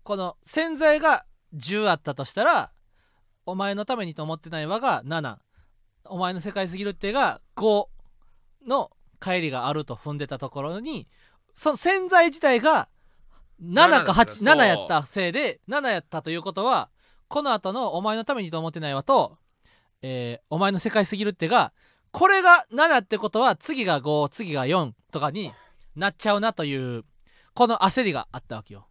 この洗剤が10あったとしたら「お前のためにと思ってないわ」が7「お前の世界すぎるって」が5の帰りがあると踏んでたところにその洗剤自体が7か7だ87そうやったせいで7やったということはこの後の「お前のためにと思ってないわ」と「えーお前の世界すぎるって」がこれが7ってことは次が5次が4とかになっちゃうなというこの焦りがあったわけよ。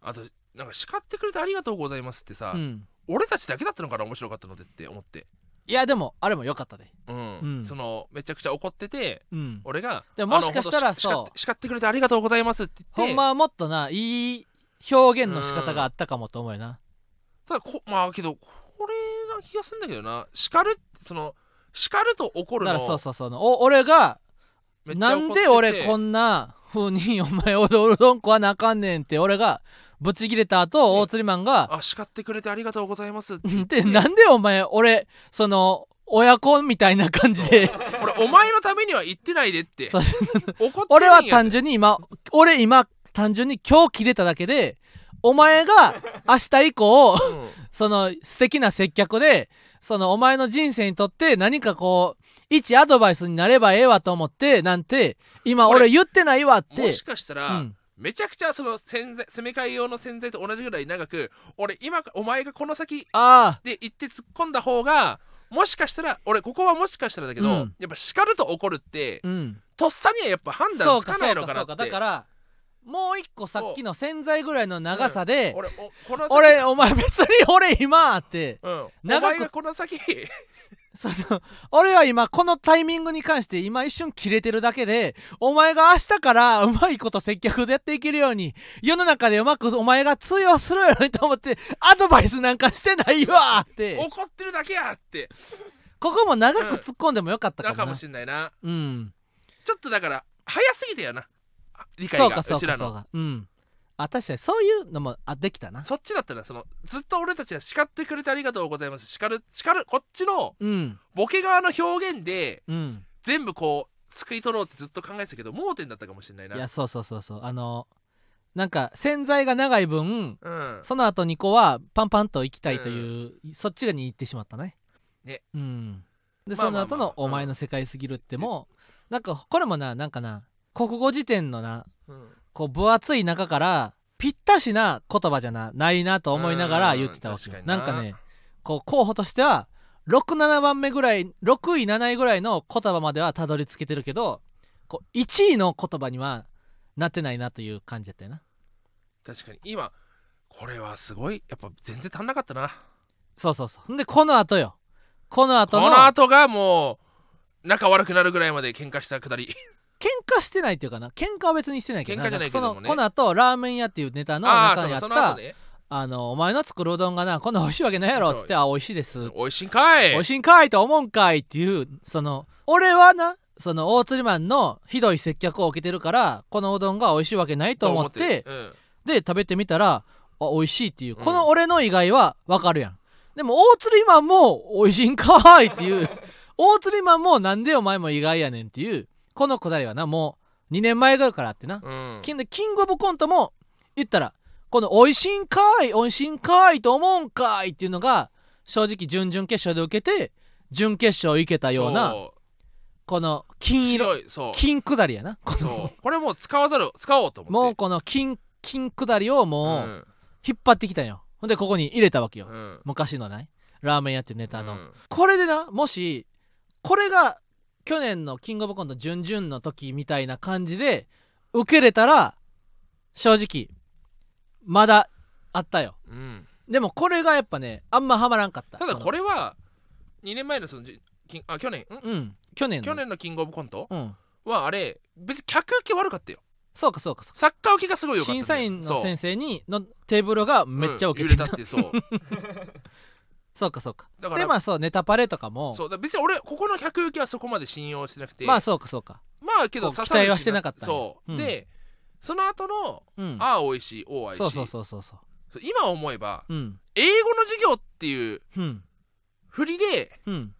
あとなんか叱ってくれてありがとうございますってさ、うん、俺たちだけだったのかな面白かったのでって思って、いやでもあれも良かったで。うんうんそのめちゃくちゃ怒っててうん、俺がでももしかしたらあのほんとしそう叱って叱ってくれてありがとうございますって言ほってんまはもっとないい表現の仕方があったかもと思うよな。ただこまあけどこれな気がするんだけどな叱るってその叱ると怒るだからのそうそうそうお俺がめっちなゃ怒んっててで俺こんな風にお前おどるどんこはなあかんねんって俺がぶち切れた後うん大釣りマンがあ叱ってくれてありがとうございますっ「てでなんでお前俺その親子みたいな感じで俺お前のためには言ってないでっ てそう怒ってるんや俺は単純に今俺今単純に今日切れただけでお前が明日以降うんその素敵な接客でそのお前の人生にとって何かこう一アドバイスになればええわと思ってなんて今これ俺言ってないわってもしかしたら、うんめちゃくちゃその洗剤攻め替え用の洗剤と同じぐらい長く俺今お前がこの先ああで行って突っ込んだ方がもしかしたら俺ここはもしかしたらだけど、うんやっぱ叱ると怒るって、うんとっさにはやっぱ判そ断うつかかそなういのかかそなうっかてだからもう一個さっきの洗剤ぐらいの長さで、俺おこの先俺お前別に俺今ってうん、長く長くこの先その俺は今このタイミングに関して今一瞬切れてるだけでお前が明日からうまいこと接客でやっていけるように世の中でうまくお前が通用するようにと思ってアドバイスなんかしてないわって怒ってるだけやってここも長く突っ込んでもよかったなかかももなしんないなうんちょっとだから早すぎてやなあ理解そうがかうそうちからそうのかうんあ確かにそういうのもあできたなそっちだったらそのずっと俺たちは叱ってくれてありがとうございます叱る叱るこっちのうんボケ側の表現でうん全部こう救い取ろうってずっと考えてたけど盲点だったかもしんないないやそうそうそうそうあのなんか洗剤が長い分うんその後2個はパンパンと行きたいという、そっち側に行ってしまったね。ねうん、で、まあまあまあその後の「お前の世界すぎる」っても、なんかこれもななんかな国語辞典のなうんこう分厚い中からぴったしな言葉じゃなないなと思いながら言ってたわけようん確なかんになかねこう候補としては67番目ぐらい6位7位ぐらいの言葉まではたどり着けてるけどこう1位の言葉にはなってないなという感じやったよな。確かに今これはすごいやっぱ全然足んなかったなそうそうそう。ほんで、この後よ。この後この、の後がもう仲悪くなるぐらいまで喧嘩したくだり喧嘩してないっていうかな。喧嘩は別にしてないけど喧嘩じゃないけどもねそのこの後、ラーメン屋っていうネタのああ中にあーっそた、のそのあ,、後ねの、お前の作るうどんがな、こんなん美味しいわけないやろっつって、あ、美味しいです。美味しいんかい美味しいんかいと思うんかいっていう、その、俺はな、その大釣りマンのひどい接客を受けてるから、このうどんが美味しいわけないと思って、うんで、食べてみたら、あ美味しいっていう、うんこの俺の以外はわかるやん。でも、大釣りマンも美味しいんかーいって いう、大釣りマンもなんでお前も意外やねんっていう、このくだりはな、もう2年前ぐらいからあってな。うんキンでキングオブコントも言ったらこの「美味しいんかい美味しいんかいと思うんかい」っていうのが正直準々決勝で受けて準決勝行けたようなそうこの金色白いそう金下りやなこのそうこれもう使わざる使おうと思ってもうこの金金下りをうもうん引っ張ってきたんよほんでここに入れたわけようん昔のないラーメン屋っていうネタの、うんこれでなもしこれが去年のキングオブコント準々の時みたいな感じで受けれたら正直まだあったようんでもこれがやっぱねあんまハマらんかったただこれれは2年前のそのじきんあ去年んうん去年の去年のキングオブコントうんはあれ別に客受け悪かったよそうかそうかそうサッカー受けがすごかい良かったんだ審よ査員のそう先生にのテーブルがめっちゃ受けうんて揺れた、たって そうそうかそうかだかでらまあそうネタパレとかもそうだ別に俺ここの客受けはそこまで信用してなくてまあそうかそうかまあけどこう刺さ期る待はしてなかったねそう、うんでその後のうんああ美味しいおおいしいそうそうそうそうそそう今思えばううん英語の授業っていううん振りでうん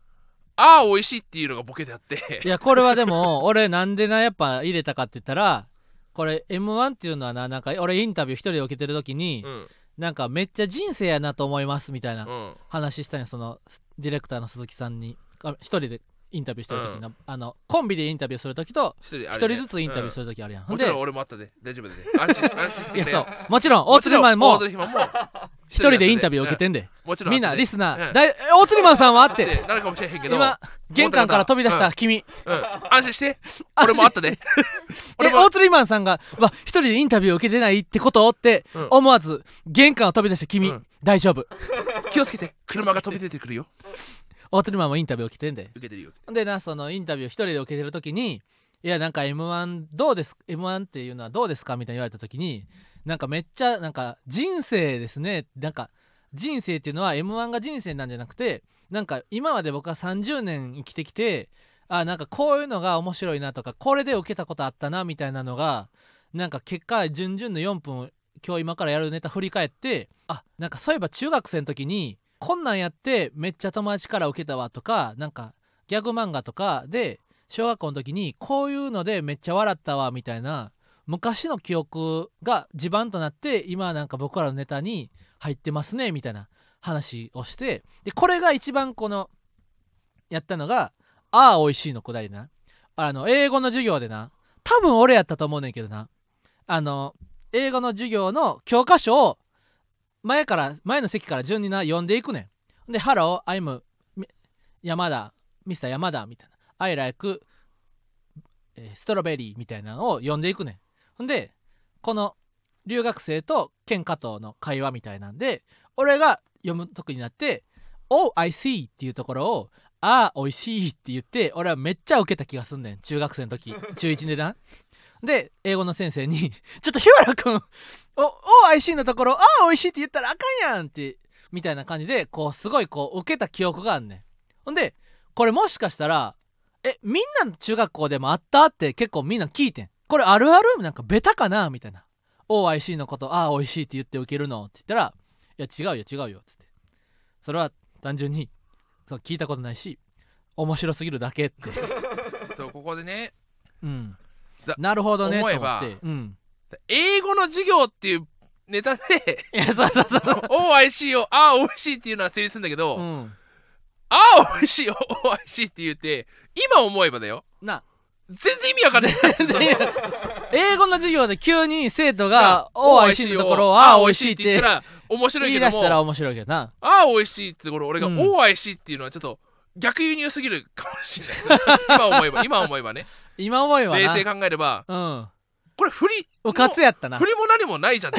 ああ美味しいっていうのがボケであっいてやこれはでも 俺なんでなやっぱ入れたかって言ったらこれ m 1っていうのはななんか俺インタビュー一人で受けてる時に、 うんなんかめっちゃ人生やなと思いますみたいなうん話したんよそのすディレクターの鈴木さんにあ一人でインタビューしてる時の、あのコンビでインタビューする時と一人あ一れね人ずつインタビューすうんる時あるやん、ほんもでちろん俺もあったで大丈夫だね安心安心しいてやくれそうもちろん大もち鶴ろんマン大も鶴ひまも一人でインタビューを受けてんでもちろんみんなリススナー、うんだいえ大鶴マンさんはあっっててなるかもしれへんけど今玄関から飛び出した君、うん安心して俺もあったでえ、俺も大鶴マンさんが、わ、一人でインタビューを受けてないってことってうん思わず、玄関を飛び出して君、うん大丈夫。気をつけて車が飛び出てくるよ大鶴マンもインタビューを受けてんで。受けてるよでな、そのインタビュー一人で受けてるときに、いや、なんか M1 どうです、M1 っていうのはどうですかみたいに言われたときに、なんかめっちゃ、なんか人生ですね。なんか人生っていうのは M1 が人生なんじゃなくて、なんか今まで僕は30年生きてきて、あなんかこういうのが面白いなとかこれで受けたことあったなみたいなのがなんか結果順々の4分今日今からやるネタ振り返ってあなんかそういえば中学生の時にこんなんやってめっちゃ友達から受けたわとかなんかギャグ漫画とかで小学校の時にこういうのでめっちゃ笑ったわみたいな昔の記憶が地盤となって今なんか僕らのネタに入ってますねみたいな話をしてでこれが一番このやったのが「ああおいしい」のくだりでなあの英語の授業でな多分俺やったと思うねんけどなあの英語の授業の教科書を前から前の席から順にな読んでいくねんで「ハロー I'm み山田ミスター山田」みたいな「I like えーストロベリー」みたいなのを読んでいくねんほんでこの留学生とケンカとの会話みたいなんで俺が読むときになって「Oh I see」っていうところを「ああおいしい」って言って俺はめっちゃウケた気がすんねん中学生の時中1でな。で英語の先生に「ちょっと日原君お「お I see」のところ「ああおいしい」って言ったらあかんやんってみたいな感じでこうすごいこうウケた記憶があんねん。ほんでこれもしかしたらえみんなの中学校でもあったって結構みんな聞いてんこれあるあるなんかベタかなみたいな OIC のことああ美味しいって言って受けるのって言ったらいや違うよ違うよっつってそれは単純にそう聞いたことないし面白すぎるだ けってそうここでねうんだなるほどねと思思えっばてうん英語の授業っていうネタでいやそうそうそう「OIC をああ美味しい」っていうのは成立するんだけど「うんああ美味しいよ OIC」って言って今思えばだよ な全然意味わかんないで英語の授業で急に生徒が「 OIC のところをああ美味しいっ言ってたら面白い言けいど出したらも面白いけどな「ああ美味しい」ってところ俺が「うん OIC」っていうのはちょっと逆輸入すぎるかもしれない今思えば今思えばね今思えば冷な静に考えればうんこれ振りうかつやったな振りも何もないじゃん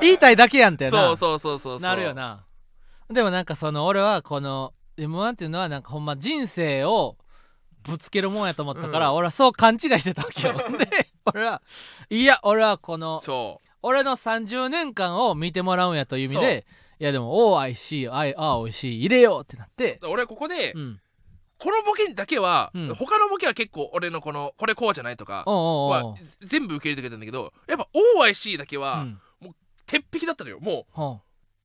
言いたいだけやんってなそうそうそうそうそうなるよなでもなんかその俺はこの m 1っていうのはなんかほんま人生をぶつけるもんやと思ったから、うん俺はそう勘違いしてたわけよで俺はいや俺はこのそう俺の30年間を見てもらうんやという意味でいやでも「おいしいあいあおいしい入れよう」ってなってだ、から俺はここで、うん、このボケだけは、うん他のボケは結構俺のこのこれこうじゃないとかおうおうおうは全部受け入れてくれたんだけどやっぱ OIC だけうは、ん鉄壁だったのよもほ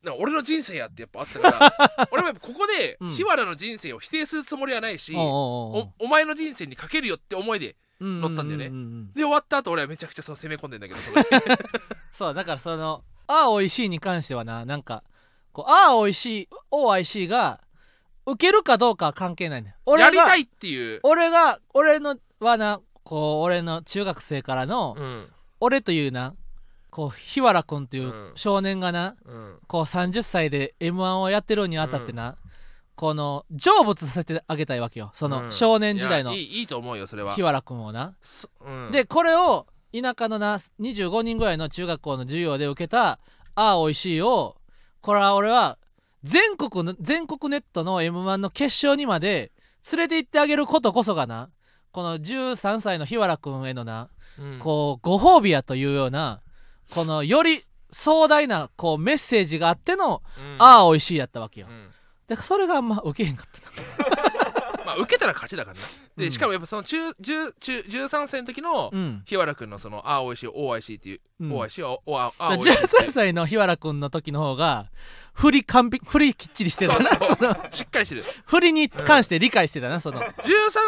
うなんか俺の人生やってやっぱあったから 俺もやっぱここで、うん日原の人生を否定するつもりはないしうおうおうおうおお前の人生にかけるよって思いでうん乗ったんだよねうううんで終わった後俺はめちゃくちゃその攻め込んでんだけどそこでそうだからその「ああおいしい」に関してはななんかこう「ああおいしい」「おいしい」が受けるかどうかは関係ないね 俺がやりたいっていう、俺が俺のはなこう俺の中学生からの、うん俺というなこう日原君といううん少年がな、うん、こう30歳で m 1をやってるにあたってな、この成仏させてあげたいわけよその少年時代のいやいいいいと思うよそれは日原君をな。そうんでこれを田舎のな25人ぐらいの中学校の授業で受けた「ああおいしい」をこれは俺は全国の全国ネットの m 1の決勝にまで連れて行ってあげることこそがなこの13歳の日原君へのなうんこうご褒美やというようなこのより壮大なこうメッセージがあってのうん「ああおいしい」やったわけよう。んでそれがあんま受けへんかったな。まあ受けたら勝ちだからねうんでしかもやっぱその中中中13歳の時のうん日原君のその「ああおいしいおおいしい」っていうう「んおおいしいおおああおいしい」 13歳の日原君の時の方が振り完璧振りきっちりしてたなそそうのそうしっかりしてる振りに関して理解してたなその13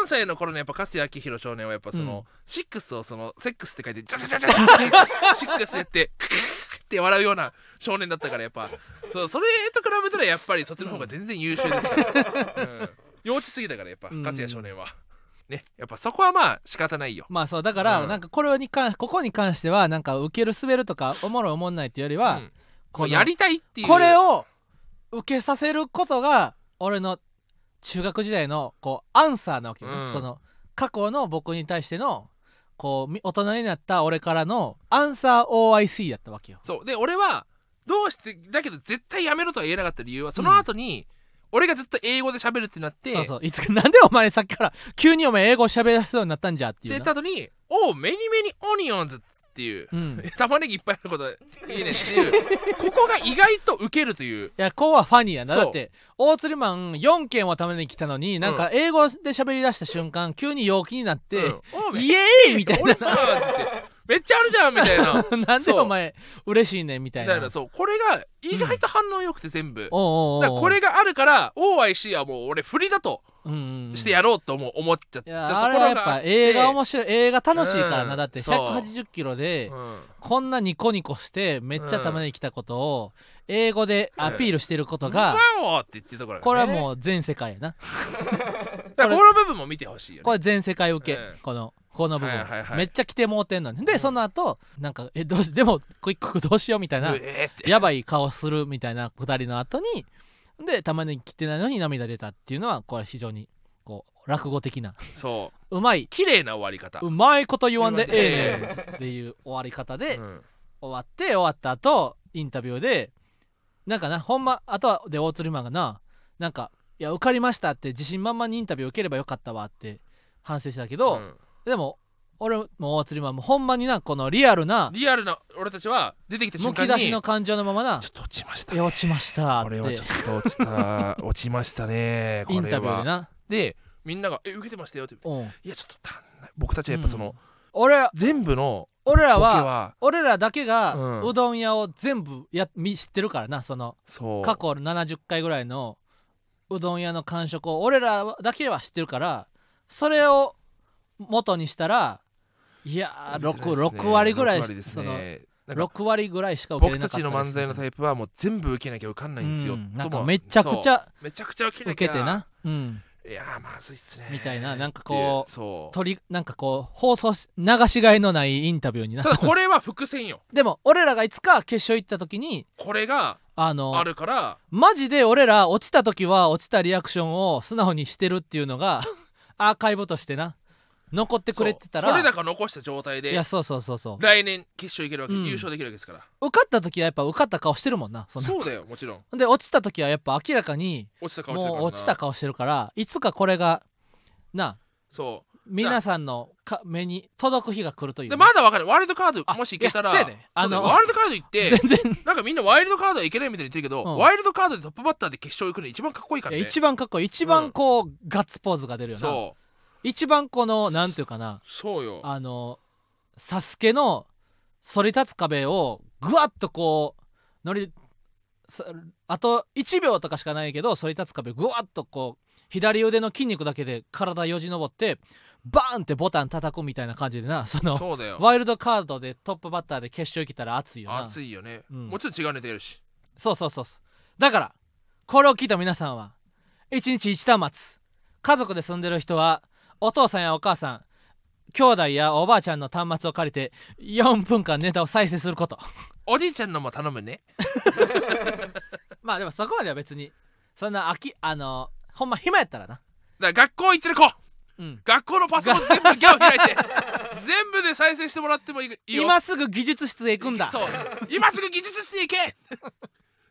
歳の頃のやっぱ勝谷明宏少年はやっぱその、シックスをそのセックスって書いてジャジャジャジャってシックスやってクッって笑うような少年だったからやっぱそうそれと比べたらやっぱりそっちの方が全然優秀ですから、うん幼稚すぎだからやっぱうん勝谷少年は、ねやっぱそこはまあ仕方ないよまあそうだから、うんなんかこれに関ここに関してはなんか受ける滑るとかおもろいおもんないっていうよりは、うんこものうやりたいっていうこれを受けさせることが俺の中学時代のこうアンサーなわけよね、うんその過去の僕に対してのこうみ大人になった俺からのアンサー OIC だったわけよそうで俺はどうしてだけど絶対やめろとは言えなかった理由はその後に、俺がずっと英語で喋るってなってそうそういつかなんでお前さっきから急にお前英語喋らせそうになったんじゃってでいう言なった後に「おうメニメニオニオンズ」っていう、うん、い 玉ねぎいっぱいあることいいねって いうここが意外とウケるというやこうはファニーやなそうだって大釣りマン4件はために来たのになんか英語で喋り出した瞬間急に陽気になってうんおう「メニ イエーイ!」みたい オニオンズってめっちゃあるじゃんみたい なな「なんでそうお前嬉しいねん」みたみいたないなそうこれが意外と反応よくて全部、だかおうおうらおうこれがあるから OIC はもう俺振りだとうんうんうんしてやろうと思う思っちゃっいたとやあこれはろやっがあぱって映画面白い映画楽しいからな、うんだってそう180キロでうんこんなニコニコしてめっちゃ玉ねぎ来たことを英語でアピールしてることが、うわおって言ってるところ、ね、これはもう全世界やな、だからこの部分も見てほしいよ、ね、これ全世界受け、うんこのこの部分、はいはいはいめっちゃ来てもうてんのにでその後なんかえどうでもクイックどうしようみたいなうえーってやばい顔するみたいなくだりの後にで玉ねぎ切ってないのに涙出たっていうのはこれ非常にこう落語的なそううまい綺麗な終わり方うまいこと言わんで言えわんでえねんっていう終わり方でうん終わって終わった後インタビューでなんかなほんまあとはで大鶴マンがななんか「いや受かりました」って自信満々にインタビュー受ければよかったわって反省してたけど、うんでも俺も大鶴マンもほんまになこのリアルなリアルな俺たちは出てきた瞬む間きに出しの感情のままなちょっと落ちま「したいや落ちました」っこてれはちょっと落ちた落ちましたねこ れイはンタビューでな、でみんなが「え受けてましたよ」ってうん、いやちょっと足んない僕たちはやっぱその、うん俺全部の俺ボケらはは俺らだけがうんうどん屋を全部やみ知ってるからなそのそう過去70回ぐらいのうどん屋の感触を俺らだけは知ってるからそれを元にしたらいやー 6, 6割ぐらい6割ですねなんか6割ぐらいしか受けれ僕なかたったちの漫才のタイイプはもう全部受けなきゃ受かんないんですよ、なんとかもめちゃくちそうゃめちゃくちゃ受け受なきゃけてな、うん、いやーまずいっすねみたいななんかこうっていそう取りなんかこう放送し流しがいのないインタビューになっただこれは伏線よでも俺らがいつか決勝行った時にこれがあのあるからマジで俺ら落ちた時は落ちたリアクションを素直にしてるっていうの がアーカイブとしてな残ってくれてたらそうこれだから残した状態いでやそうそうそうそう来年決勝いけるわけ、うん優勝できるわけですから受かった時はやっぱ受かった顔してるもんなそんなそうだよもちろんで落ちた時はやっぱ明らかに落ちた顔してるからもなう落ちた顔してるからいつかこれがなそ皆さんのか目に届く日が来るといううでねまだわかるワイルドカードあもしいけたらいやそうやであのそうだよワイルドカード行って全然なんかみんなワイルドカードはいけないみたいに言ってるけど、うんワイルドカードでトップバッターで決勝行くの一番かっこいいかいらやね。一番かっこいい一番こう、ガッツポーズが出るよなそう一番このなんていうかなそうよ。あのサスケの反り立つ壁をぐわっとこう乗りさあと1秒とかしかないけど反り立つ壁ぐわっとこう左腕の筋肉だけで体よじ登ってバーンってボタン叩くみたいな感じでなそのそうだよ。ワイルドカードでトップバッターで決勝行けたら熱いよな熱いよね、うんもちろん違うネタやるし。そうそうそうそうだからこれを聞いた皆さんは一日一端末家族で住んでる人はお父さんやお母さん兄弟やおばあちゃんの端末を借りて4分間ネタを再生することおじいちゃんのも頼むね。 まあでもそこまでは別にそんな飽きあのほんま暇やったらなだから学校行ってる子うん学校のパソコン全部ギャオ開 いて全部で再生してもらってもいいいいよ。今すぐ技術室へ行くんだそう今すぐ技術室に行け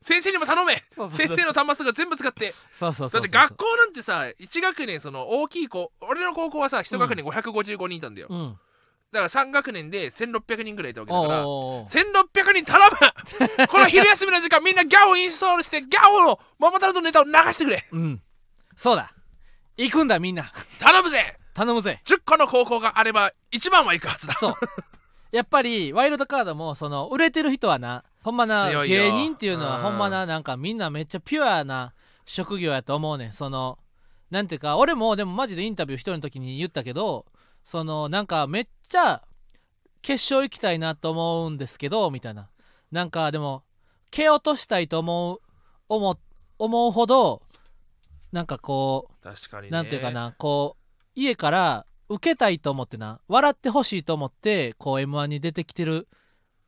先生にも頼めそうそうそう先生の端末が全部使ってそうそうそだうそうって学校なんてさ1学年その大きい子俺の高校はさ1学年555人いたんだよ、うんおだから3学年で1600人ぐらいいたわけだからおー1600人頼 むこの昼休みの時間みんなギャオインストールしてギャオのママタルトのネタを流してくれうんそうだ行くんだみんな頼むぜ頼むぜ10個の高校があれば1番は行くはずだそうやっぱりワイルドカードもその売れてる人はなほんまな強いよ芸人っていうのはうんほんまななんかみんなめっちゃピュアな職業やと思うねんそのなんていうか俺もでもマジでインタビュー一人の時に言ったけどそのなんかめっちゃ決勝行きたいなと思うんですけどみたいななんかでも蹴落としたいと思う思う思うほどなんかこう確かにねなんていうかなこう家から受けたいと思ってな笑ってほしいと思ってこう m 1に出てきてる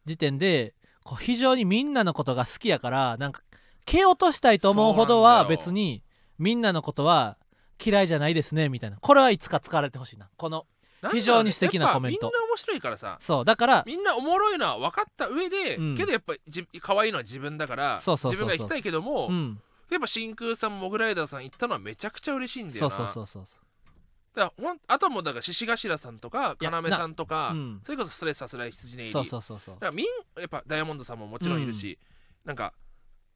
時点でこう非常にみんなのことが好きやからなんか蹴落としたいと思うほどそうなはんだよ別にみんなのことは嫌いじゃないですねみたいなこれはいつか疲れてほしいなこのなんだろうね非常に素敵なやっぱコメントみんな面白いからさそうだからみんなおもろいのは分かった上で、うんけどやっぱじ可愛いのは自分だからそうそうそうそう自分が行きたいけども、うんやっぱ真空さんモグライダーさん行ったのはめちゃくちゃ嬉しいんだよそうなそうそうそうだからほんあとはもうだから獅子頭さんとかいや要さんとか、うんそれこそストレスさせない羊ね入りそうそうそうそうだからみんやっぱダイヤモンドさんももちろんいるし、なんか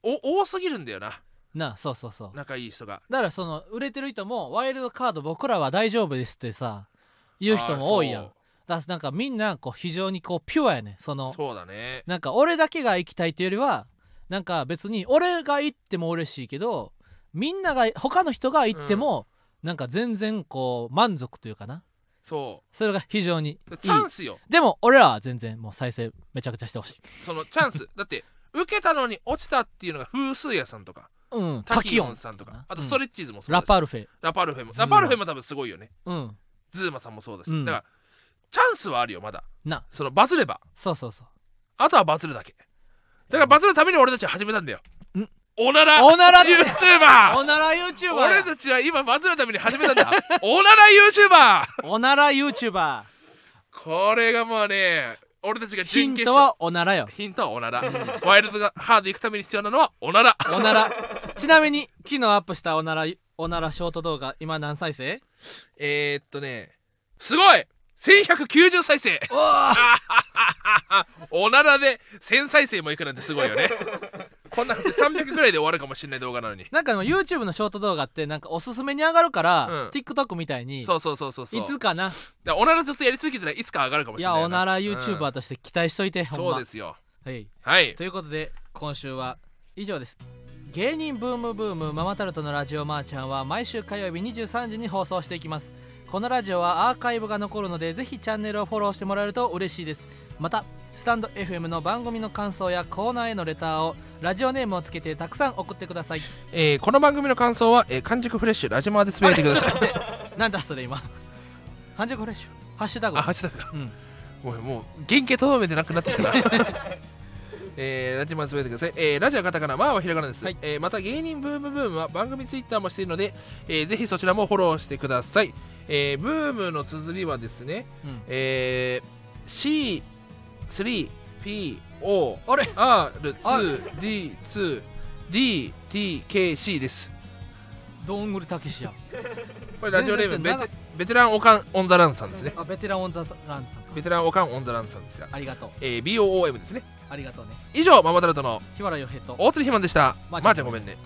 お多すぎるんだよななそうそうそう仲いい人がだからその売れてる人もワイルドカード僕らは大丈夫ですってさ言う人も多いやんあーだからなんかみんなこう非常にこうピュアやねそそのうそうだねなんか俺だけが行きたいというよりはなんか別に俺が行っても嬉しいけどみんなが他の人が行っても、なんか全然こう満足というかなそそれが非常にいいうチャンスよでも俺らは全然もう再生めちゃくちゃしてほしいそのチャンス だって受けたのに落ちたっていうのが風水屋さんとかうんタタキキヨオンンさんとうかんあとストレッチーズもそうだし、ラパルフェラパルフェもズーラマパルフェも多分すごいよねうんズーマさんもそうだし、うんだからチャンスはあるよまだなそのバズればそうそうそうあとはバズるだけだからバズるために俺たちは始めたんだよんおならおならって YouTuber おなら YouTuber や俺たちは今バズるために始めたんだ おなら YouTuber おなら YouTuber これがもうね俺たちがヒ準ン決ト勝はおならよヒントはおならワイルドがハード行くために必要なのはおならおならちなみに昨日アップしたおならおならショート動画今何再生えー、っとねすごい1190再生 おーおならで1000再生もいくなんてすごいよね こんな感じで300ぐらいで終わるかもしれない動画なのになんかでも YouTube のショート動画ってなんかおすすめに上がるから、うん TikTok みたいにそうそうそうそうそういつかなだからおならずっとやり続けてたらいつか上がるかもいしれやないおならうん YouTuber として期待しといて、ほんまそうですよはい、はいということで今週は以上です芸人ブームブームママタルトのラジオマーちゃんは毎週火曜日23時に放送していきますこのラジオはアーカイブが残るのでぜひチャンネルをフォローしてもらえると嬉しいですまたスタンド FM の番組の感想やコーナーへのレターをラジオネームをつけてたくさん送ってくださいえーこの番組の感想は、えー、完熟フレッシュラジマーでつぶやいてください。 なんだそれ今完熟フレッシュハッシュタグあ、ハッシュタグか。うんもう、もう、原型とどめてなくなってきたな。 えーラジマーでつぶやいてください。えーラジオはカタカナ、マーはひらがなです。はいえーまた、芸人ブームブームは番組ツイッターもしているので、えーぜひそちらもフォローしてください。えーブームの綴りはですね、うんえー C3、P、O、あれ R、2、D、2、D、T、K、C です。どんぐりたけしやこれラジオネー全ムベ然テ違うベテランオカンオンザランさんですね。あベテランオンザランさんかベテランオカンオンザランさんですよ。ありがとうえー、BOOM ですね。ありがとうね以上、ママタルトの日原洋平と大鶴ひまんでした。ままーちゃんーちゃんごめんね。